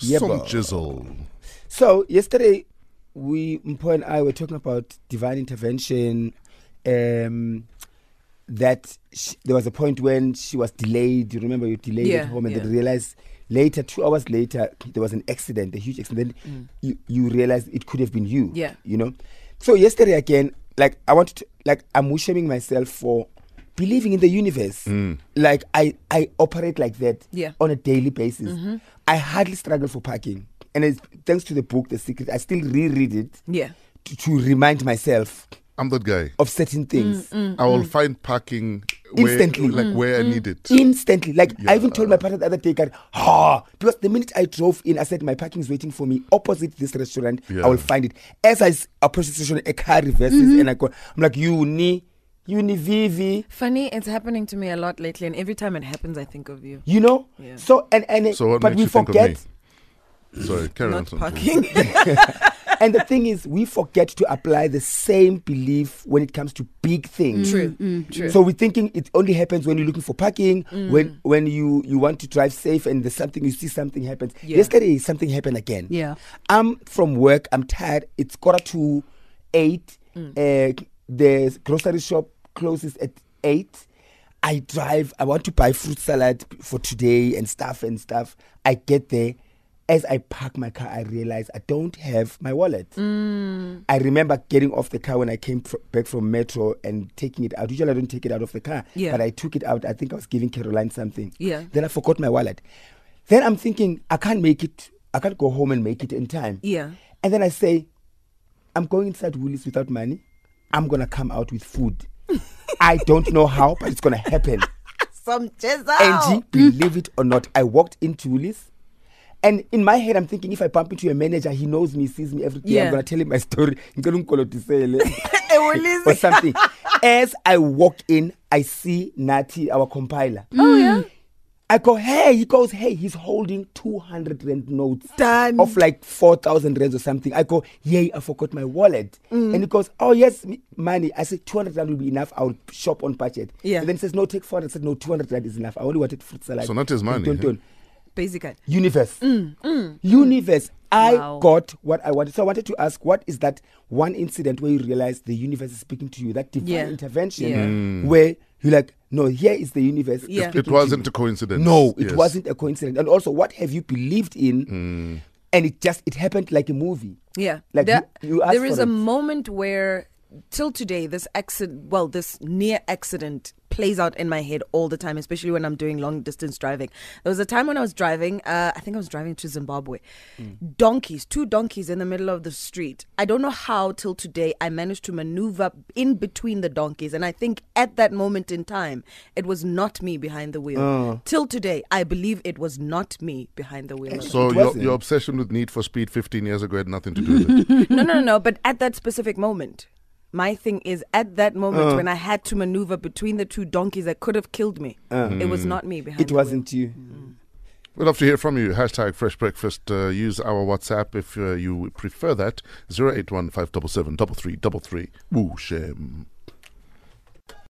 Yeah, Some bro. jizzle. So yesterday, we Mpo and I were talking about divine intervention. Um, that sh there was a point when she was delayed. You remember you delayed Yeah, at home, and yeah. then realized later, two hours later, there was an accident, a huge accident. You you realized it could have been you. Mm. Yeah. you know. So yesterday again, like I wanted, to, like I'm shaming myself for believing in the universe. Like I I operate like that Yeah. on a daily basis. Mm-hmm. I hardly struggle for parking. And it's thanks to the book, The Secret, I still reread it Yeah. to, to remind myself I'm that guy. of certain things Mm, I will find parking where, Mm, Instantly. Mm, like where I need it. mm. instantly. Like, I even told my partner the other day, God, ah, because the minute I drove in, I said, my parking is waiting for me opposite this restaurant. Yeah. I will find it. As I s- approach the station, a car reverses Mm-hmm. and I go, I'm like, you need, you need Vivi. Funny, it's happening to me a lot lately, and every time it happens, I think of you. You know? Yeah. So, and, and So what but makes we you forget. think of me? Sorry, carry on. Not Santu. parking. and the thing is, we forget to apply the same belief when it comes to big things. Mm, True. True. Mm. So we're thinking it only happens when you're looking for parking, when when you you want to drive safe, and there's something you see something happens. Yeah. Yesterday something happened again. Yeah. I'm from work. I'm tired. It's quarter to eight. Mm. Uh, the grocery shop closes at eight. I drive. I want to buy fruit salad for today and stuff and stuff. I get there. As I park my car, I realize I don't have my wallet. Mm. I remember getting off the car when I came fr- back from metro and taking it out. Usually I don't take it out of the car, Yeah. but I took it out. I think I was giving Caroline something. Yeah. Then I forgot my wallet. Then I'm thinking I can't make it. I can't go home and make it in time. Yeah. And then I say, I'm going inside Woolies without money. I'm gonna come out with food. I don't know how, but it's gonna happen. Some Angie, Mm. believe it or not, I walked into Woolies. And in my head, I'm thinking if I bump into a manager, he knows me, sees me every day. Yeah. I'm going to tell him my story. or Woolies. something. As I walk in, I see Nati, our compiler. Oh yeah. I go, hey, he goes, hey, he's holding 200 rand notes Done. of like 4,000 rands or something. I go, yay, I forgot my wallet. Mm. And he goes, oh, yes, m- money. I said, 200 rand will be enough. I'll shop on budget. Yeah. And then he says, no, take 400. I said, no, 200 rand is enough. I only wanted fruit salad. So not his money, Don't, eh? don't. Basically. Universe. Universe. I Wow. got what I wanted. So I wanted to ask, what is that one incident where you realize the universe is speaking to you, that divine Yeah. intervention Yeah. where you're like, no, here is the universe. Yeah. speaking It Mm. It to you. wasn't a coincidence. No, it Yes. wasn't a coincidence. And also, what have you believed in? Mm. And it just it happened like a movie. Yeah. Like, there, you- you asked there is for a it. moment where till today this accident well, this near accident plays out in my head all the time, especially when I'm doing long distance driving. There was a time when I was driving, uh, I think I was driving to Zimbabwe. Hmm. Donkeys, two donkeys in the middle of the street. I don't know how till today I managed to maneuver in between the donkeys. And I think at that moment in time, it was not me behind the wheel. Oh. Till today, I believe it was not me behind the wheel. So It your, wasn't. your obsession with Need for Speed 15 years ago had nothing to do with it. no, no, no, no. But at that specific moment, my thing is at that Uh. moment when I had to maneuver between the two donkeys that could have killed me, it was not me behind. Uh. It the wheel. wasn't you. We'd love to hear from you. Hashtag Fresh Breakfast. Uh, use our WhatsApp if uh, you prefer that. 081 577 3333. Woo, shame.